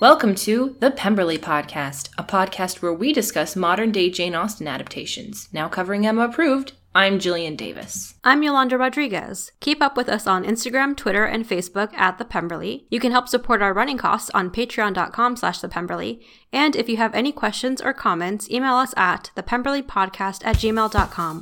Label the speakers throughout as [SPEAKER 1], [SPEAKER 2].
[SPEAKER 1] Welcome to the Pemberley Podcast, a podcast where we discuss modern day Jane Austen adaptations. Now covering Emma Approved, I'm Jillian Davis.
[SPEAKER 2] I'm Yolanda Rodriguez. Keep up with us on Instagram, Twitter, and Facebook at The Pemberley. You can help support our running costs on patreon.com slash The Pemberley. And if you have any questions or comments, email us at thepemberleypodcast at gmail.com.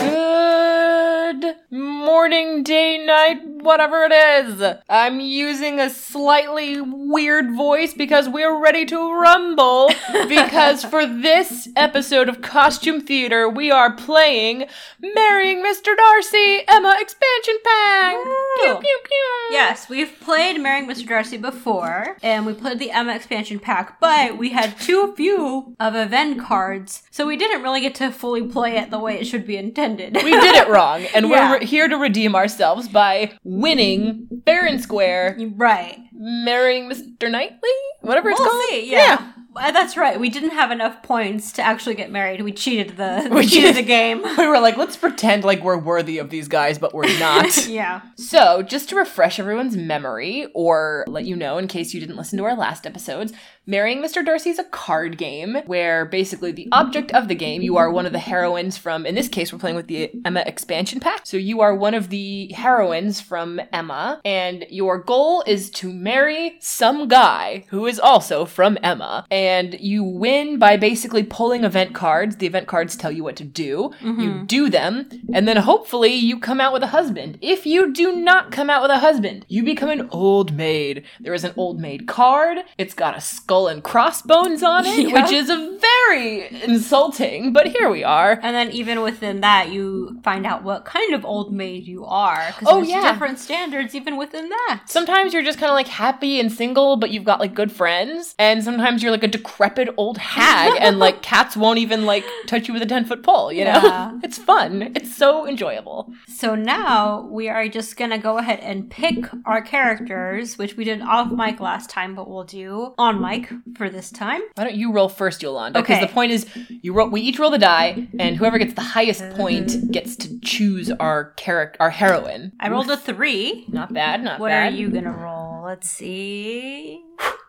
[SPEAKER 1] Good morning, day, night, whatever it is. I'm using a slightly weird voice because we're ready to rumble. Because for this episode of Costume Theater, we are playing Marrying Mr. Darcy, Emma Expansion Pack. Pew, pew, pew.
[SPEAKER 2] Yes, we've played Marrying Mr. Darcy before, and we played the Emma expansion pack, but we had too few of event cards, so we didn't really get to fully play it the way it should be intended.
[SPEAKER 1] We did it wrong, and
[SPEAKER 2] Yeah.
[SPEAKER 1] we're re- here to redeem ourselves by winning fair and square,
[SPEAKER 2] right.
[SPEAKER 1] marrying Mr. Knightley, whatever it's
[SPEAKER 2] We'll
[SPEAKER 1] called.
[SPEAKER 2] see, yeah. Uh, That's right. We didn't have enough points to actually get married. We cheated the we
[SPEAKER 1] We
[SPEAKER 2] cheated
[SPEAKER 1] cheated.
[SPEAKER 2] the game.
[SPEAKER 1] We were like, let's pretend like we're worthy of these guys, but we're not.
[SPEAKER 2] yeah.
[SPEAKER 1] so, just to refresh everyone's memory, or let you know in case you didn't listen to our last episodes, Marrying Mr. Darcy is a card game where basically the object of the game, you are one of the heroines from, in this case, we're playing with the Emma expansion pack. So, you are one of the heroines from Emma, and your goal is to marry some guy who is also from Emma. And you win by basically pulling event cards. The event cards tell you what to do. You do them, and then hopefully you come out with a husband. If you do not come out with a husband, you become an old maid. There is an old maid card. It's got a skull and crossbones on it,
[SPEAKER 2] Yeah.
[SPEAKER 1] which is a very insulting, but here we are.
[SPEAKER 2] And then even within that, you find out what kind of old maid you are. 'cause
[SPEAKER 1] Oh,
[SPEAKER 2] there's
[SPEAKER 1] yeah.
[SPEAKER 2] different standards even within that.
[SPEAKER 1] Sometimes you're just kind of like happy and single, but you've got like good friends. And sometimes you're like a decrepit old hag, and like cats won't even like touch you with a 10 foot pole, you know?
[SPEAKER 2] Yeah.
[SPEAKER 1] It's fun. It's so enjoyable.
[SPEAKER 2] So now we are just gonna go ahead and pick our characters, which we did off mic last time, but we'll do on mic for this time.
[SPEAKER 1] Why don't you roll first, Yolanda? Because
[SPEAKER 2] Okay.
[SPEAKER 1] the point is, you roll. We each roll the die, and whoever gets the highest
[SPEAKER 2] Mm.
[SPEAKER 1] point gets to choose our character, our heroine.
[SPEAKER 2] I rolled a three.
[SPEAKER 1] Not bad, not
[SPEAKER 2] What
[SPEAKER 1] bad.
[SPEAKER 2] are you gonna roll? Let's see.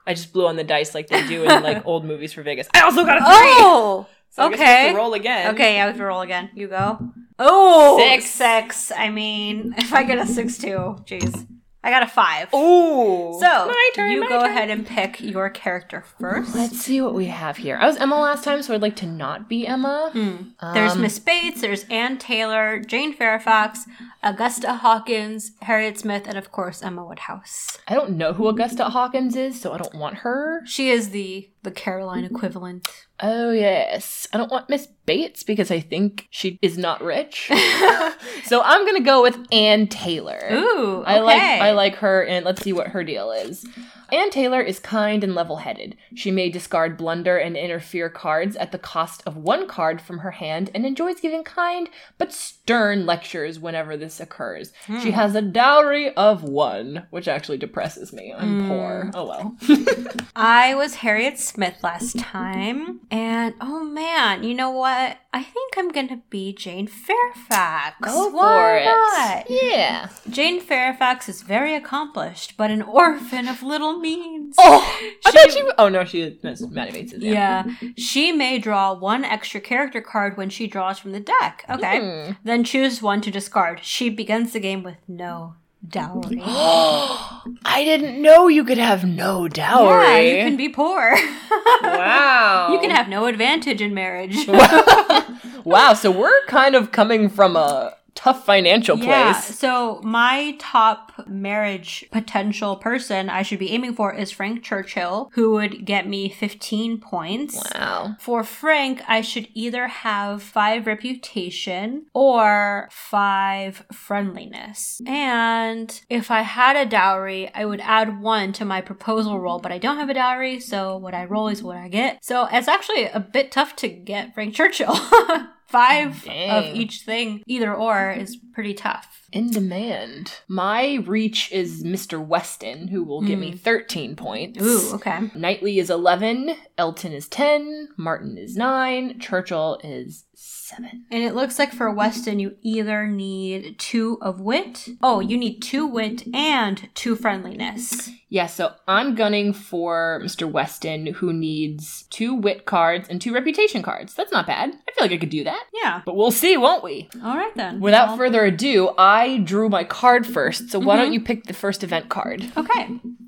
[SPEAKER 1] I just blew on the dice like they do in like old movies for Vegas. I also got a three.
[SPEAKER 2] Oh,
[SPEAKER 1] So I guess I have
[SPEAKER 2] okay.
[SPEAKER 1] to roll again.
[SPEAKER 2] Okay, I have to roll again. You go. Oh,
[SPEAKER 1] Six.
[SPEAKER 2] Six. I mean, if I get a six too, jeez, I got a five.
[SPEAKER 1] Ooh.
[SPEAKER 2] So
[SPEAKER 1] my turn.
[SPEAKER 2] you
[SPEAKER 1] my
[SPEAKER 2] go
[SPEAKER 1] turn.
[SPEAKER 2] ahead and pick your character first.
[SPEAKER 1] Let's see what we have here. I was Emma last time, so I'd like to not be Emma.
[SPEAKER 2] There's
[SPEAKER 1] um,
[SPEAKER 2] Miss Bates, there's Anne Taylor, Jane Fairfax, Augusta Hawkins, Harriet Smith, and of course Emma Woodhouse.
[SPEAKER 1] I don't know who Augusta Hawkins is, so I don't want her.
[SPEAKER 2] She is the the Caroline equivalent.
[SPEAKER 1] Oh yes, I don't want Miss Bates because I think she is not rich. so I'm gonna go with Anne Taylor.
[SPEAKER 2] Ooh,
[SPEAKER 1] I like
[SPEAKER 2] okay.
[SPEAKER 1] I like her, and let's see what her deal is. Anne Taylor is kind and level-headed. She may discard blunder and interfere cards at the cost of one card from her hand, and enjoys giving kind but stern lectures whenever this occurs.
[SPEAKER 2] Hmm.
[SPEAKER 1] She has a dowry of one, which actually depresses me.
[SPEAKER 2] Hmm.
[SPEAKER 1] I'm poor. Oh well.
[SPEAKER 2] I was Harriet Smith last time, and oh man, you know what? I think I'm gonna be Jane Fairfax. Why not?
[SPEAKER 1] Yeah.
[SPEAKER 2] Jane Fairfax is very accomplished, but an orphan of little means.
[SPEAKER 1] Oh, I
[SPEAKER 2] She-
[SPEAKER 1] thought she. Oh no, she is Maddie Bates is there.
[SPEAKER 2] Yeah. She may draw one extra character card when she draws from the deck. Okay.
[SPEAKER 1] Hmm.
[SPEAKER 2] Then choose one to discard. She begins the game with no dowry.
[SPEAKER 1] I didn't know you could have no dowry.
[SPEAKER 2] Yeah, you can be poor.
[SPEAKER 1] wow.
[SPEAKER 2] you can have no advantage in marriage.
[SPEAKER 1] wow. So we're kind of coming from a tough financial
[SPEAKER 2] Yeah.
[SPEAKER 1] place.
[SPEAKER 2] So my top marriage potential person I should be aiming for is Frank Churchill, who would get me 15 points.
[SPEAKER 1] Wow.
[SPEAKER 2] For Frank, I should either have five reputation or five friendliness. And if I had a dowry, I would add one to my proposal roll, but I don't have a dowry, so what I roll is what I get. So it's actually a bit tough to get Frank Churchill. five
[SPEAKER 1] Dang.
[SPEAKER 2] Oh, of each thing, either or, is pretty tough.
[SPEAKER 1] In demand. My reach is Mr. Weston, who will give me 13 points.
[SPEAKER 2] Hmm. Ooh, okay.
[SPEAKER 1] Knightley is 11, Elton is 10, Martin is 9, Churchill is 7.
[SPEAKER 2] And it looks like for Weston, you either need two of wit. Oh, you need two wit and two friendliness.
[SPEAKER 1] Yeah, so I'm gunning for Mr. Weston, who needs two wit cards and two reputation cards. That's not bad. I feel like I could do that.
[SPEAKER 2] Yeah.
[SPEAKER 1] But we'll see, won't we?
[SPEAKER 2] All right then.
[SPEAKER 1] Without
[SPEAKER 2] Well,
[SPEAKER 1] further ado, I drew my card first, so why don't you pick the first event card?
[SPEAKER 2] Okay.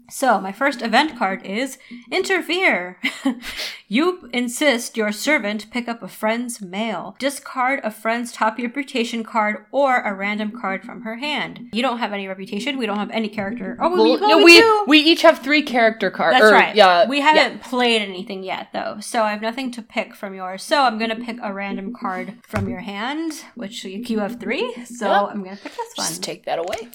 [SPEAKER 2] So, my first event card is Interfere. you insist your servant pick up a friend's mail. Discard a friend's top reputation card or a random card from her hand. You don't have any reputation. We don't have any character. Oh, we,
[SPEAKER 1] Well,
[SPEAKER 2] well,
[SPEAKER 1] no,
[SPEAKER 2] we,
[SPEAKER 1] we
[SPEAKER 2] do.
[SPEAKER 1] we each have three character cards.
[SPEAKER 2] That's right.
[SPEAKER 1] Yeah,
[SPEAKER 2] we
[SPEAKER 1] yeah.
[SPEAKER 2] haven't played anything yet, though, so I have nothing to pick from yours. So I'm gonna pick a random card from your hand, which you you have three. So
[SPEAKER 1] Yep.
[SPEAKER 2] I'm gonna pick this one.
[SPEAKER 1] Just take that away.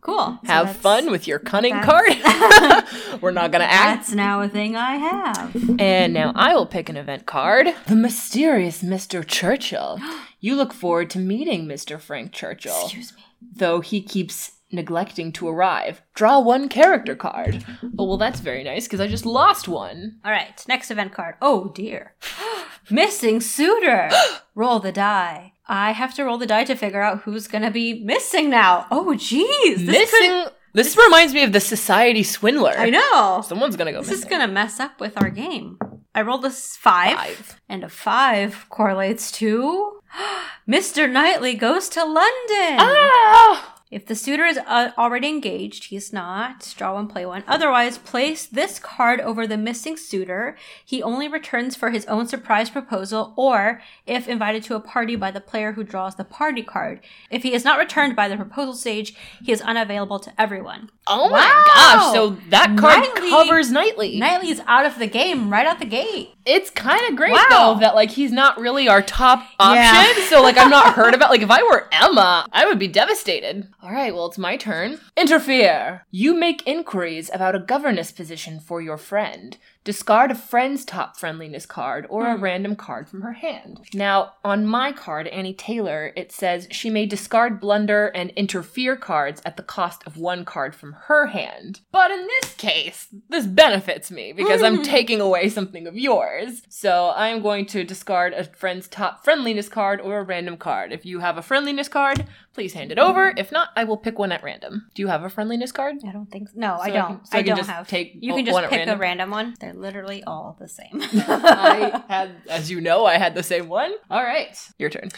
[SPEAKER 2] cool. So
[SPEAKER 1] have
[SPEAKER 2] that's-
[SPEAKER 1] fun with your cunning card.
[SPEAKER 2] that's-
[SPEAKER 1] We're not gonna act.
[SPEAKER 2] That's now a thing I have.
[SPEAKER 1] And now I will pick an event card. The mysterious Mr. Churchill. You look forward to meeting Mr. Frank Churchill,
[SPEAKER 2] Excuse me.
[SPEAKER 1] though he keeps neglecting to arrive. Draw one character card. Oh, well, that's very nice because I just lost one.
[SPEAKER 2] All right, next event card. Oh dear. missing suitor. roll the die. I have to roll the die to figure out who's gonna be missing now. Oh geez. This could-
[SPEAKER 1] Missing. This reminds me of the Society Swindler.
[SPEAKER 2] I know.
[SPEAKER 1] Someone's gonna go
[SPEAKER 2] This is
[SPEAKER 1] missing.
[SPEAKER 2] gonna mess up with our game. I rolled a s- five,
[SPEAKER 1] Five.
[SPEAKER 2] and a five correlates to Mr. Knightley goes to London.
[SPEAKER 1] Ah!
[SPEAKER 2] If the suitor is uh, already engaged, he's not. Draw one, play one. Otherwise, place this card over the missing suitor. He only returns for his own surprise proposal or if invited to a party by the player who draws the party card. If he is not returned by the proposal stage, he is unavailable to everyone.
[SPEAKER 1] Oh
[SPEAKER 2] Wow.
[SPEAKER 1] my gosh! So that card
[SPEAKER 2] Knightley-
[SPEAKER 1] covers Knightley.
[SPEAKER 2] Knightley is out of the game right out the gate.
[SPEAKER 1] It's kind of great
[SPEAKER 2] Wow.
[SPEAKER 1] though that like he's not really our top option.
[SPEAKER 2] Yeah.
[SPEAKER 1] So like I'm not heard about. Like if I were Emma, I would be devastated. All right, well it's my turn. Interfere. You make inquiries about a governess position for your friend. Discard a friend's top friendliness card or a random card from her hand. Now, on my card, Annie Taylor, it says she may discard blunder and interfere cards at the cost of one card from her hand. But in this case, this benefits me because I'm taking away something of yours. So I'm going to discard a friend's top friendliness card or a random card. If you have a friendliness card, please hand it over. If not, I will pick one at random. Do you have a friendliness card?
[SPEAKER 2] I don't think no, I
[SPEAKER 1] So I
[SPEAKER 2] don't. I,
[SPEAKER 1] can- so I can
[SPEAKER 2] don't
[SPEAKER 1] just
[SPEAKER 2] have.
[SPEAKER 1] take
[SPEAKER 2] you
[SPEAKER 1] o-
[SPEAKER 2] can just
[SPEAKER 1] one at
[SPEAKER 2] pick a
[SPEAKER 1] random?
[SPEAKER 2] random one. They're literally all the same.
[SPEAKER 1] I had, as you know, I had the same one. All right, your turn.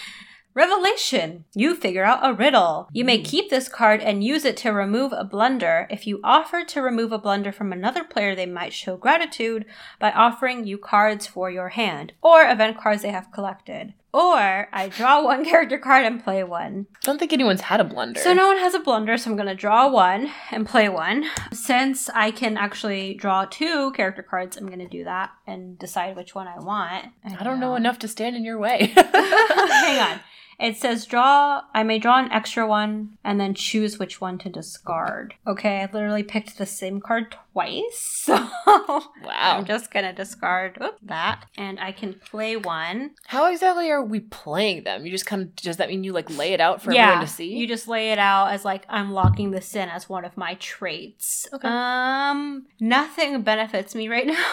[SPEAKER 2] Revelation! You figure out a riddle. You
[SPEAKER 1] Hmm.
[SPEAKER 2] may keep this card and use it to remove a blunder. If you offer to remove a blunder from another player, they might show gratitude by offering you cards for your hand or event cards they have collected. Or I draw one character card and play one.
[SPEAKER 1] Don't think anyone's had a blunder.
[SPEAKER 2] So no one has a blunder, so I'm gonna draw one and play one. Since I can actually draw two character cards, I'm gonna do that and decide which one I want.
[SPEAKER 1] I don't know enough to stand in your way.
[SPEAKER 2] Hang on. It says draw. I may draw an extra one and then choose which one to discard. Okay, I literally picked the same card twice. So Oh.
[SPEAKER 1] Wow.
[SPEAKER 2] I'm just gonna discard oop, that, and I can play one.
[SPEAKER 1] How exactly are we playing them? You just kind of does that mean you like lay it out for everyone to see?
[SPEAKER 2] You just lay it out as like I'm locking this in as one of my traits.
[SPEAKER 1] Okay.
[SPEAKER 2] Um, nothing benefits me right now.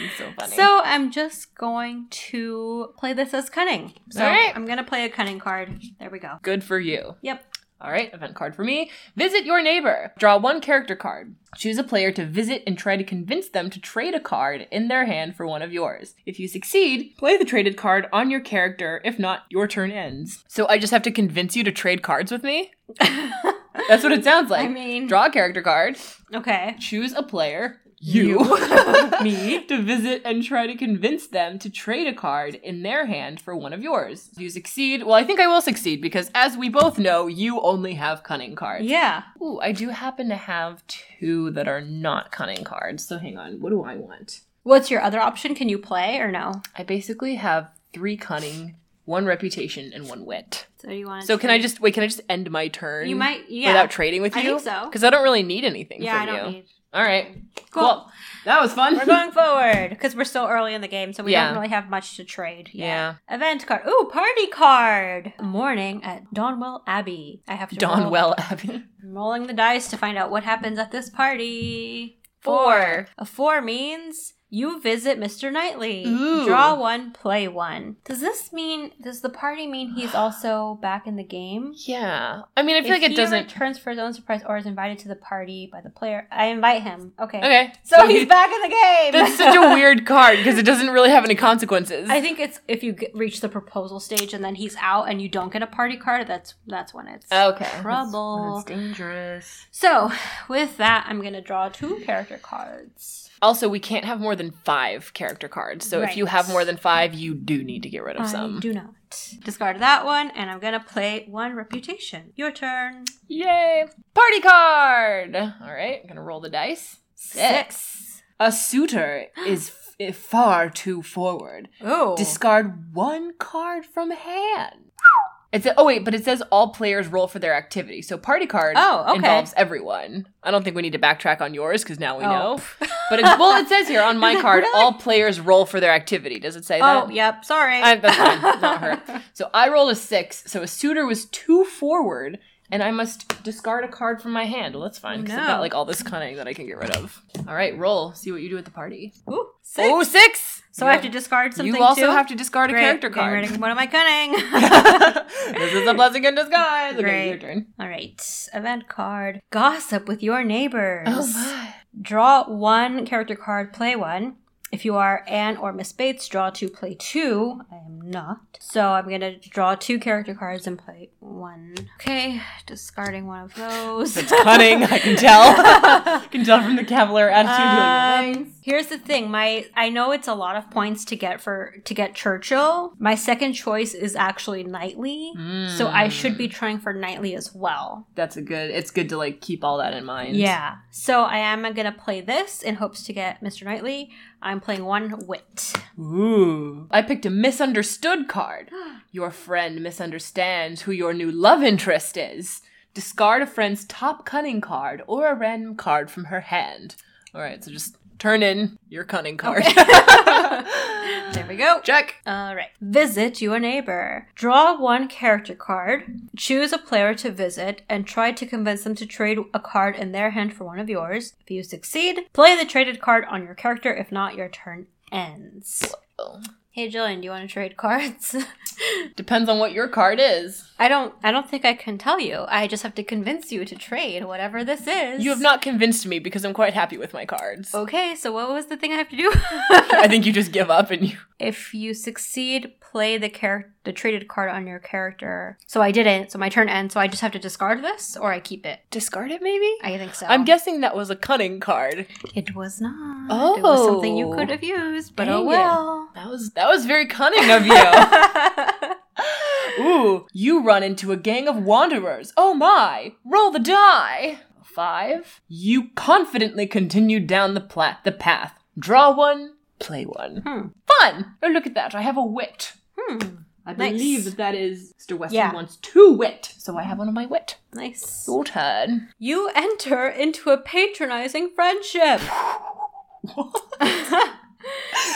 [SPEAKER 1] It's so funny.
[SPEAKER 2] So I'm just going to play this as cunning. So
[SPEAKER 1] All right.
[SPEAKER 2] I'm gonna play a cunning card. There we go.
[SPEAKER 1] good for you.
[SPEAKER 2] Yep.
[SPEAKER 1] All right, event card for me. Visit your neighbor. Draw one character card. Choose a player to visit and try to convince them to trade a card in their hand for one of yours. If you succeed, play the traded card on your character. If not, your turn ends. So I just have to convince you to trade cards with me? That's what it sounds like.
[SPEAKER 2] I mean,
[SPEAKER 1] Draw a character card.
[SPEAKER 2] okay.
[SPEAKER 1] choose a player,
[SPEAKER 2] You.
[SPEAKER 1] you, me, to visit and try to convince them to trade a card in their hand for one of yours. If you succeed, well, I think I will succeed because as we both know, you only have cunning cards.
[SPEAKER 2] Yeah.
[SPEAKER 1] Ooh, I do happen to have two that are not cunning cards. So hang on, what do I want?
[SPEAKER 2] What's your other option? Can you play or no?
[SPEAKER 1] I basically have three cunning, one reputation, and one wit.
[SPEAKER 2] So you want?
[SPEAKER 1] So can I just wait? Can I just end my turn?
[SPEAKER 2] You might. Yeah.
[SPEAKER 1] without trading with you
[SPEAKER 2] I think so.
[SPEAKER 1] because I don't really need anything
[SPEAKER 2] Yeah, I
[SPEAKER 1] from
[SPEAKER 2] don't
[SPEAKER 1] you.
[SPEAKER 2] need.
[SPEAKER 1] All right,
[SPEAKER 2] Cool.
[SPEAKER 1] Well, that was fun.
[SPEAKER 2] we're going forward because we're still early in the game, so we
[SPEAKER 1] Yeah.
[SPEAKER 2] don't really have much to trade.
[SPEAKER 1] Yeah.
[SPEAKER 2] Event card. Ooh, party card. Morning at Donwell Abbey. I have to roll-
[SPEAKER 1] Donwell Abbey.
[SPEAKER 2] I'm rolling the dice to find out what happens at this party.
[SPEAKER 1] Four.
[SPEAKER 2] A four means you visit Mr. Knightley.
[SPEAKER 1] Ooh.
[SPEAKER 2] Draw one, play one. Does this mean, does the party mean he's also back in the game?
[SPEAKER 1] Yeah. I mean, I feel
[SPEAKER 2] If
[SPEAKER 1] like it
[SPEAKER 2] he
[SPEAKER 1] doesn't.
[SPEAKER 2] returns for his own surprise or is invited to the party by the player. I invite him. Okay.
[SPEAKER 1] Okay.
[SPEAKER 2] So, he's back in the game.
[SPEAKER 1] That's such a weird card because it doesn't really have any consequences.
[SPEAKER 2] I think it's if you get, reach the proposal stage and then he's out and you don't get a party card. That's that's when it's
[SPEAKER 1] okay.
[SPEAKER 2] trouble.
[SPEAKER 1] That's dangerous.
[SPEAKER 2] So, with that, I'm going to draw two character cards.
[SPEAKER 1] Also, we can't have more than five character cards. So if you
[SPEAKER 2] Right.
[SPEAKER 1] have more than five, you do need to get rid of
[SPEAKER 2] I
[SPEAKER 1] some.
[SPEAKER 2] do not. Discard that one, and I'm going to play one reputation. Your turn.
[SPEAKER 1] Yay! Party card! All right, I'm gonna roll the dice. A suitor is f- far too forward.
[SPEAKER 2] Oh.
[SPEAKER 1] Discard one card from hand. It says, oh wait, but it says all players roll for their activity. So party card
[SPEAKER 2] Oh, okay.
[SPEAKER 1] involves everyone. I don't think we need to backtrack on yours because now we
[SPEAKER 2] Oh.
[SPEAKER 1] know. But it's, well, it says here on my
[SPEAKER 2] Is it
[SPEAKER 1] card,
[SPEAKER 2] really?
[SPEAKER 1] all players roll for their activity. Does it say that?
[SPEAKER 2] oh, yep. Sorry.
[SPEAKER 1] I, that's fine. Not her. So I rolled a six. So a suitor was two forward, and I must discard a card from my hand. Well, that's fine because I've got
[SPEAKER 2] No.
[SPEAKER 1] like all this cunning that I can get rid of. All right, roll. See what you do at the party.
[SPEAKER 2] Ooh, six.
[SPEAKER 1] Oh, six.
[SPEAKER 2] so I have to discard something.
[SPEAKER 1] You also
[SPEAKER 2] too?
[SPEAKER 1] have to discard
[SPEAKER 2] Great.
[SPEAKER 1] a character
[SPEAKER 2] Getting rid
[SPEAKER 1] card.
[SPEAKER 2] of One of my cunning.
[SPEAKER 1] this is a blessing in disguise. Okay,
[SPEAKER 2] Great.
[SPEAKER 1] your turn.
[SPEAKER 2] All right, event card. Gossip with your neighbors.
[SPEAKER 1] Oh my.
[SPEAKER 2] Draw one character card, play one. If you are Anne or Miss Bates, draw two, play two. I am not. So I'm going to draw two character cards and play one. Okay, discarding one of those.
[SPEAKER 1] It's cunning. I can tell. I can tell from the cavalier attitude. you're like,
[SPEAKER 2] Um, here's the thing my i know it's a lot of points to get for to get churchill my second choice is actually knightley so i should be trying for knightley as well
[SPEAKER 1] Mm. That's a good. It's good to like keep all that in mind.
[SPEAKER 2] Yeah. So I am gonna play this in hopes to get Mr. Knightley. I'm playing one wit.
[SPEAKER 1] Ooh. I picked a misunderstood card. Your friend misunderstands who your new love interest is. Discard a friend's top cunning card or a random card from her hand. All right, so just turn in your cunning card.
[SPEAKER 2] There we go.
[SPEAKER 1] Check.
[SPEAKER 2] All right. Visit your neighbor. Draw one character card. Choose a player to visit and try to convince them to trade a card in their hand for one of yours. If you succeed, play the traded card on your character. If not, your turn ends.
[SPEAKER 1] Oh.
[SPEAKER 2] Hey Jillian, do you want to trade cards?
[SPEAKER 1] Depends on what your card is.
[SPEAKER 2] I don't I don't think I can tell you. I just have to convince you to trade whatever this is.
[SPEAKER 1] You have not convinced me because I'm quite happy with my cards.
[SPEAKER 2] Okay, so what was the thing I have to do?
[SPEAKER 1] I think you just give up and you.
[SPEAKER 2] if you succeed, play the char- the traded card on your character. So I didn't. So my turn ends. So I just have to discard this, or I keep it.
[SPEAKER 1] Discard it, maybe?
[SPEAKER 2] I think so.
[SPEAKER 1] I'm guessing that was a cunning card.
[SPEAKER 2] it was not. it was something you
[SPEAKER 1] Oh.
[SPEAKER 2] could have used, but
[SPEAKER 1] Dang
[SPEAKER 2] oh
[SPEAKER 1] it.
[SPEAKER 2] well.
[SPEAKER 1] That was that was very cunning of you. Ooh, you run into a gang of wanderers. Oh my! Roll the die! Five. You confidently continue down the, pla- the path. Draw one, play one.
[SPEAKER 2] Hmm.
[SPEAKER 1] Fun! Oh, look at that. I have a wit.
[SPEAKER 2] hmm.
[SPEAKER 1] I
[SPEAKER 2] Nice.
[SPEAKER 1] believe that that is Mr. Weston
[SPEAKER 2] Yeah.
[SPEAKER 1] wants two wit, so I have one of my wit.
[SPEAKER 2] Nice.
[SPEAKER 1] Your turn.
[SPEAKER 2] You enter into a patronizing friendship.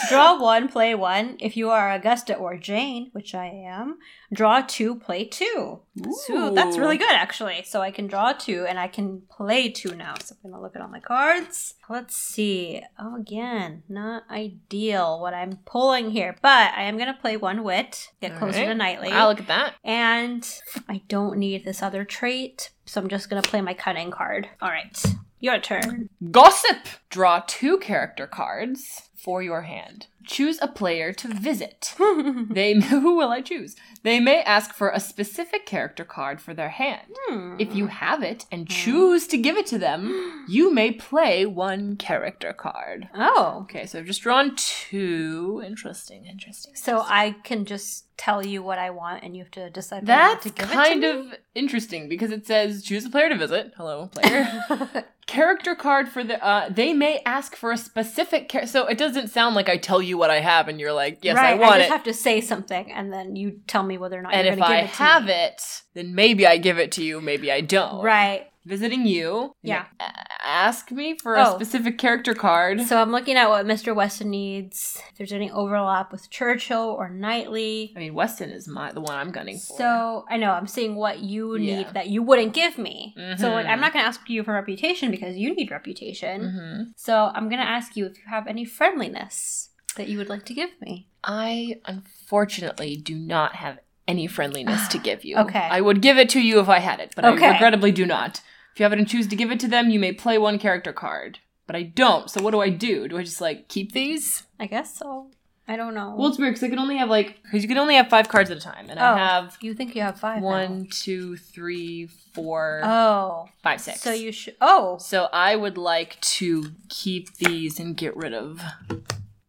[SPEAKER 2] draw one, play one. If you are Augusta or Jane, which I am, draw two, play two. So that's
[SPEAKER 1] Ooh.
[SPEAKER 2] really good, actually. So I can draw two and I can play two now. So I'm gonna look at all my cards. Let's see. Oh, again, not ideal what I'm pulling here, but I am gonna play one wit. Get
[SPEAKER 1] All
[SPEAKER 2] closer
[SPEAKER 1] right.
[SPEAKER 2] to Knightley.
[SPEAKER 1] Ah, look at that.
[SPEAKER 2] And I don't need this other trait, so I'm just gonna play my cunning card. All right, your turn.
[SPEAKER 1] Gossip! Draw two character cards for your hand. Choose a player to visit.
[SPEAKER 2] hmm.
[SPEAKER 1] They who will I choose? They may ask for a specific character card for their hand.
[SPEAKER 2] Hmm.
[SPEAKER 1] If you have it and choose to give it to them, you may play one character card.
[SPEAKER 2] oh,
[SPEAKER 1] Okay, so I've just drawn two. Interesting, interesting.
[SPEAKER 2] so I can just tell you what I want, and you have to decide. whether
[SPEAKER 1] that's
[SPEAKER 2] to give
[SPEAKER 1] kind
[SPEAKER 2] it
[SPEAKER 1] of interesting because it says choose a player to visit. Hello, player.
[SPEAKER 2] to me?
[SPEAKER 1] character card for the. Uh, they may ask for a specific. Char- so it doesn't sound like I tell you what I have and you're like, yes,
[SPEAKER 2] right,
[SPEAKER 1] I want
[SPEAKER 2] just
[SPEAKER 1] it.
[SPEAKER 2] have to say something, and then you tell me whether or not
[SPEAKER 1] and
[SPEAKER 2] you're
[SPEAKER 1] if
[SPEAKER 2] going to
[SPEAKER 1] I
[SPEAKER 2] give it to
[SPEAKER 1] have
[SPEAKER 2] me.
[SPEAKER 1] it, then maybe I give it to you. Maybe I don't.
[SPEAKER 2] right?
[SPEAKER 1] visiting you. and
[SPEAKER 2] Yeah.
[SPEAKER 1] a- Ask me for a
[SPEAKER 2] Oh.
[SPEAKER 1] specific character card.
[SPEAKER 2] So I'm looking at what Mr. Weston needs, if there's any overlap with Churchill or Knightley.
[SPEAKER 1] I mean, Weston is my the one I'm gunning for.
[SPEAKER 2] So I know I'm seeing what you need
[SPEAKER 1] Yeah.
[SPEAKER 2] that you wouldn't give me. So like
[SPEAKER 1] Mhm.
[SPEAKER 2] I'm not gonna ask you for reputation because you need reputation.
[SPEAKER 1] Mhm.
[SPEAKER 2] So I'm gonna ask you if you have any friendliness that you would like to give me.
[SPEAKER 1] I unfortunately do not have any friendliness to give you.
[SPEAKER 2] Okay.
[SPEAKER 1] I would give it to you if I had it, but
[SPEAKER 2] Okay.
[SPEAKER 1] I regrettably do not. If you happen to choose to give it to them, you may play one character card. But I don't, so what do I do? Do I just like keep these?
[SPEAKER 2] I guess so. I don't know.
[SPEAKER 1] Well, it's weird because I can only have like because you can only have five cards at a time, and
[SPEAKER 2] Oh.
[SPEAKER 1] I have
[SPEAKER 2] you think you have five? now.
[SPEAKER 1] one, two, three, four,
[SPEAKER 2] Oh.
[SPEAKER 1] five, six.
[SPEAKER 2] So you should. Oh.
[SPEAKER 1] So I would like to keep these and get rid of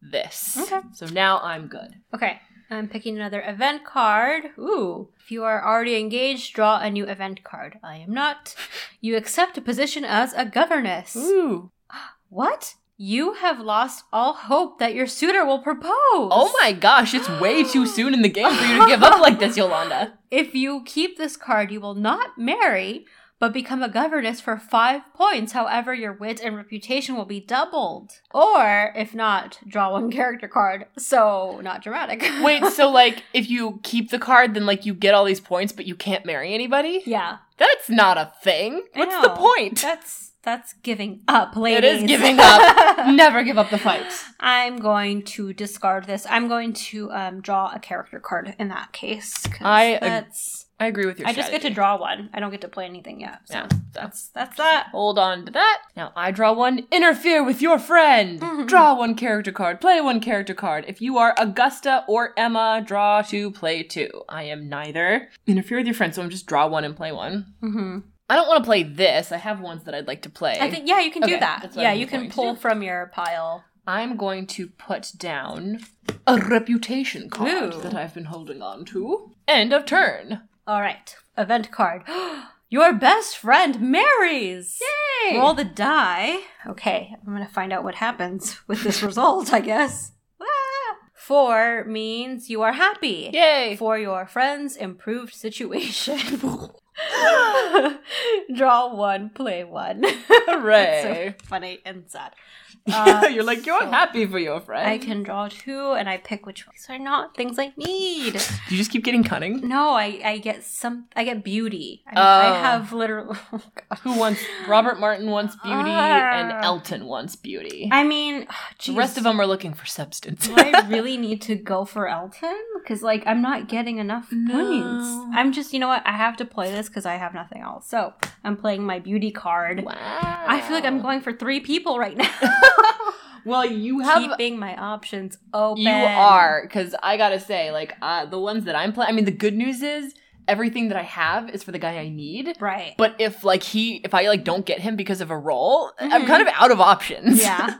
[SPEAKER 1] this.
[SPEAKER 2] Okay.
[SPEAKER 1] So now I'm good.
[SPEAKER 2] Okay. I'm picking another event card. Ooh. If you are already engaged, draw a new event card. I am not. You accept a position as a governess.
[SPEAKER 1] Ooh.
[SPEAKER 2] What? You have lost all hope that your suitor will propose.
[SPEAKER 1] Oh my gosh, it's way too soon in the game for you to give up like this, Yolanda.
[SPEAKER 2] If you keep this card, you will not marry, but become a governess for five points. However, your wit and reputation will be doubled. Or, if not, draw one character card. So, not dramatic.
[SPEAKER 1] Wait, so like if you keep the card, then like you get all these points, but you can't marry anybody?
[SPEAKER 2] yeah,
[SPEAKER 1] That's not a thing.
[SPEAKER 2] I
[SPEAKER 1] What's the
[SPEAKER 2] know.
[SPEAKER 1] point?
[SPEAKER 2] that's that's giving up,
[SPEAKER 1] It
[SPEAKER 2] ladies.
[SPEAKER 1] is giving up. Never give up the fight.
[SPEAKER 2] I'm going to discard this. I'm going to um, draw a character card in that case. 'cause
[SPEAKER 1] I ag-
[SPEAKER 2] that's,
[SPEAKER 1] I agree with your
[SPEAKER 2] I just get to
[SPEAKER 1] strategy.
[SPEAKER 2] draw one. I don't get to play anything yet. So
[SPEAKER 1] Yeah, that's
[SPEAKER 2] that's that's that.
[SPEAKER 1] hold on to that. Now I draw one, interfere with your friend.
[SPEAKER 2] Mhm.
[SPEAKER 1] Draw one character card, play one character card. If you are Augusta or Emma, draw two, play two. I am neither. Interfere with your friend, so I'm just draw one and play one.
[SPEAKER 2] Mm-hmm.
[SPEAKER 1] I don't want to play this. I have ones that I'd like to play.
[SPEAKER 2] I think yeah, you can do
[SPEAKER 1] Okay,
[SPEAKER 2] that.
[SPEAKER 1] that's what
[SPEAKER 2] Yeah,
[SPEAKER 1] I'm
[SPEAKER 2] you can
[SPEAKER 1] going to
[SPEAKER 2] pull
[SPEAKER 1] do.
[SPEAKER 2] from your pile.
[SPEAKER 1] I'm going to put down a reputation card
[SPEAKER 2] Ooh.
[SPEAKER 1] that I've been holding on to. End of turn.
[SPEAKER 2] All right, event card. your best friend marries.
[SPEAKER 1] Yay!
[SPEAKER 2] Roll the die. Okay, I'm gonna find out what happens with this result. I guess. Ah! Four means you are happy.
[SPEAKER 1] Yay!
[SPEAKER 2] For your friend's improved situation. Draw one, play one.
[SPEAKER 1] Hooray.
[SPEAKER 2] That's so funny and sad. Uh,
[SPEAKER 1] You're like, you're
[SPEAKER 2] so
[SPEAKER 1] happy for your friend.
[SPEAKER 2] I can draw two and I pick which ones are not things I need.
[SPEAKER 1] You just keep getting cunning.
[SPEAKER 2] No, I, I get some I get beauty. I,
[SPEAKER 1] Oh.
[SPEAKER 2] I have oh literal
[SPEAKER 1] Who wants Robert Martin wants beauty and
[SPEAKER 2] Ah.
[SPEAKER 1] Elton wants beauty.
[SPEAKER 2] I mean, geez,
[SPEAKER 1] the rest of them are looking for substance.
[SPEAKER 2] do I really need to go for Elton? Because like I'm not getting enough
[SPEAKER 1] No.
[SPEAKER 2] points. I'm just you know what I have to play this because I have nothing else. So I'm playing my beauty card.
[SPEAKER 1] wow.
[SPEAKER 2] I feel like I'm going for three people right now.
[SPEAKER 1] Well, you have
[SPEAKER 2] Keeping my options open.
[SPEAKER 1] You are, because I gotta say, like, uh, the ones that I'm playing, I mean, the good news is everything that I have is for the guy I need.
[SPEAKER 2] right.
[SPEAKER 1] But if, like, he, if I, like, don't get him because of a role, I'm
[SPEAKER 2] Mhm.
[SPEAKER 1] kind of out of options.
[SPEAKER 2] yeah.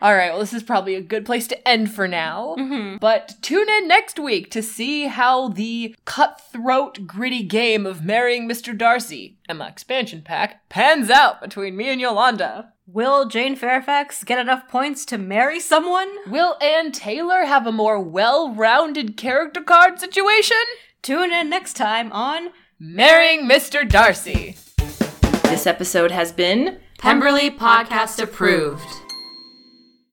[SPEAKER 1] All right, well, this is probably a good place to end for now.
[SPEAKER 2] Mhm.
[SPEAKER 1] But tune in next week to see how the cutthroat, gritty game of marrying Mr. Darcy, Emma Expansion Pack, pans out between me and Yolanda.
[SPEAKER 2] Will Jane Fairfax get enough points to marry someone?
[SPEAKER 1] Will Ann Taylor have a more well rounded character card situation?
[SPEAKER 2] Tune in next time on
[SPEAKER 1] Marrying Mr. Darcy. This episode has been
[SPEAKER 2] Pemberley Podcast Approved.